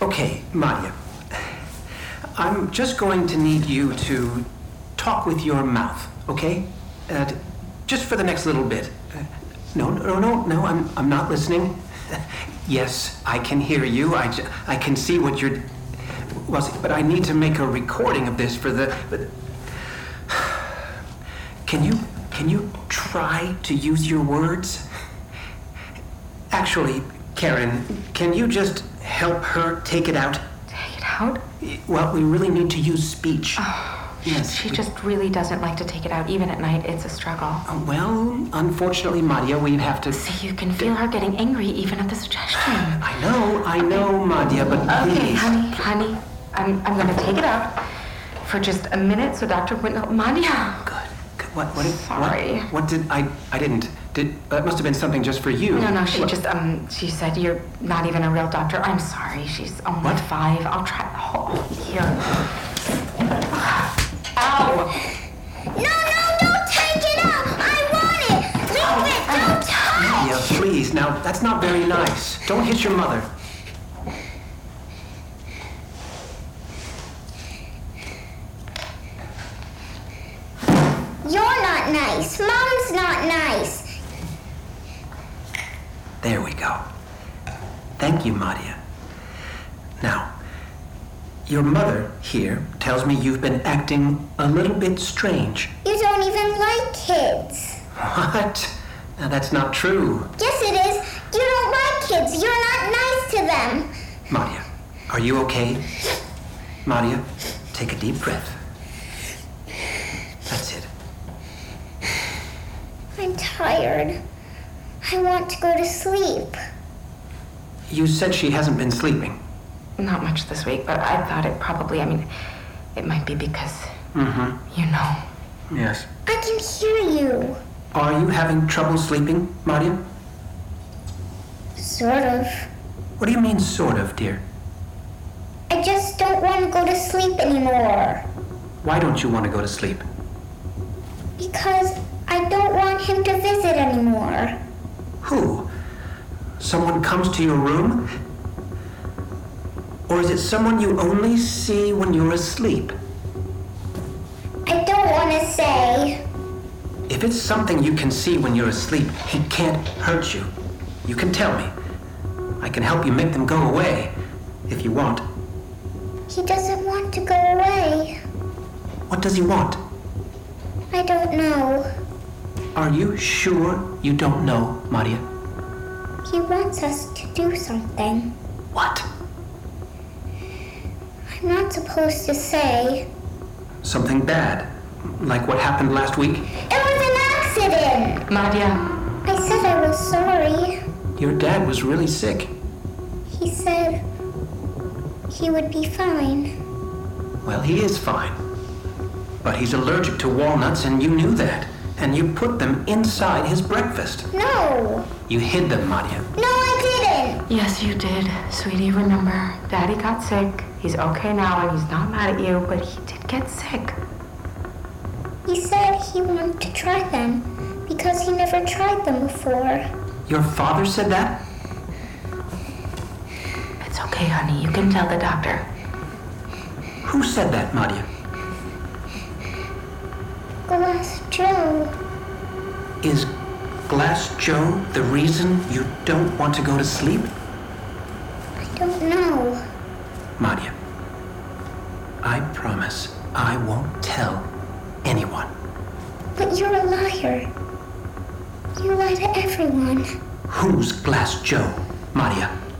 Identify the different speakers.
Speaker 1: Okay, Maria, I'm just going to need you to talk with your mouth, okay? Uh, d- just for the next little bit. Uh, no, no, no, no, I'm, I'm not listening. yes, I can hear you. I, j- I can see what you're. Well, see, but I need to make a recording of this for the. But, can you can you try to use your words? Actually, Karen, can you just help her take it out?
Speaker 2: Take it out?
Speaker 1: Well, we really need to use speech. yes.
Speaker 2: Oh, She just really doesn't like to take it out, even at night. It's a struggle.
Speaker 1: Uh, Well, unfortunately, Madia, we'd have to.
Speaker 2: See, you can feel her getting angry even at the suggestion.
Speaker 1: I know, I know, Madia, but
Speaker 2: Okay,
Speaker 1: please.
Speaker 2: honey, honey, I'm, I'm gonna take it out for just a minute so Dr. Whitnell. Mania!
Speaker 1: Good. Good. What? What? did- what-
Speaker 2: Sorry.
Speaker 1: What, did I? I didn't. Did that must have been something just for you?
Speaker 2: No, no, she just, um, she said, you're not even a real doctor. I'm sorry, she's only
Speaker 1: What?
Speaker 2: five. I'll try. Oh, here. Ow!
Speaker 3: No, no, no, take it out! I want it! Leave it! Don't touch!
Speaker 1: Madia, please. Now that's not very nice. Don't hit your mother.
Speaker 3: You're not nice. Mom's not nice.
Speaker 1: There we go. Thank you, Madia. Now, your mother here tells me you've been acting a little bit strange.
Speaker 3: You don't even like kids.
Speaker 1: What? Now that's not true.
Speaker 3: Yes, it is. You don't like kids. You're not nice to them.
Speaker 1: Madia, are you okay? Madia, take a deep breath. That's it.
Speaker 3: I'm tired. I want to go to sleep.
Speaker 1: You said she hasn't been sleeping.
Speaker 2: Not much this week, but I thought it probably, I mean, it might be because, you know.
Speaker 1: Yes.
Speaker 3: I can hear you.
Speaker 1: Are you having trouble sleeping, Madia?
Speaker 3: Sort of.
Speaker 1: What do you mean, sort of, dear?
Speaker 3: I just don't want to go to sleep anymore.
Speaker 1: Why don't you want to go to sleep?
Speaker 3: Because I don't want him to visit anymore.
Speaker 1: Who? Someone comes to your room? Or is it someone you only see when you're asleep?
Speaker 3: I don't want to say.
Speaker 1: If it's something you can see when you're asleep, he can't hurt you. You can tell me. I can help you make them go away, if you want.
Speaker 3: He doesn't want to go away.
Speaker 1: What does he want?
Speaker 3: I don't know.
Speaker 1: Are you sure you don't know, Maria?
Speaker 3: He wants us to do something.
Speaker 1: What?
Speaker 3: I'm not supposed to say.
Speaker 1: Something bad. Like what happened last week?
Speaker 3: It was an accident!
Speaker 2: Madia,
Speaker 3: I said I was sorry.
Speaker 1: Your dad was really sick.
Speaker 3: He said he would be fine.
Speaker 1: Well, he is fine. But he's allergic to walnuts, and you knew that. And you put them inside his breakfast.
Speaker 3: No!
Speaker 1: You hid them, Maria.
Speaker 3: No, I didn't!
Speaker 2: Yes, you did. Sweetie, remember, Daddy got sick. He's okay now and he's not mad at you, but he did get sick.
Speaker 3: He said he wanted to try them because he never tried them before.
Speaker 1: Your father said that?
Speaker 2: It's okay, honey. You can tell the doctor.
Speaker 1: Who said that, Maria?
Speaker 3: Go ask Joe.
Speaker 1: Is Glass Joe the reason you don't want to go to sleep?
Speaker 3: I don't know.
Speaker 1: Maria, I promise I won't tell anyone.
Speaker 3: But you're a liar. You lie to everyone.
Speaker 1: Who's Glass Joe, Maria?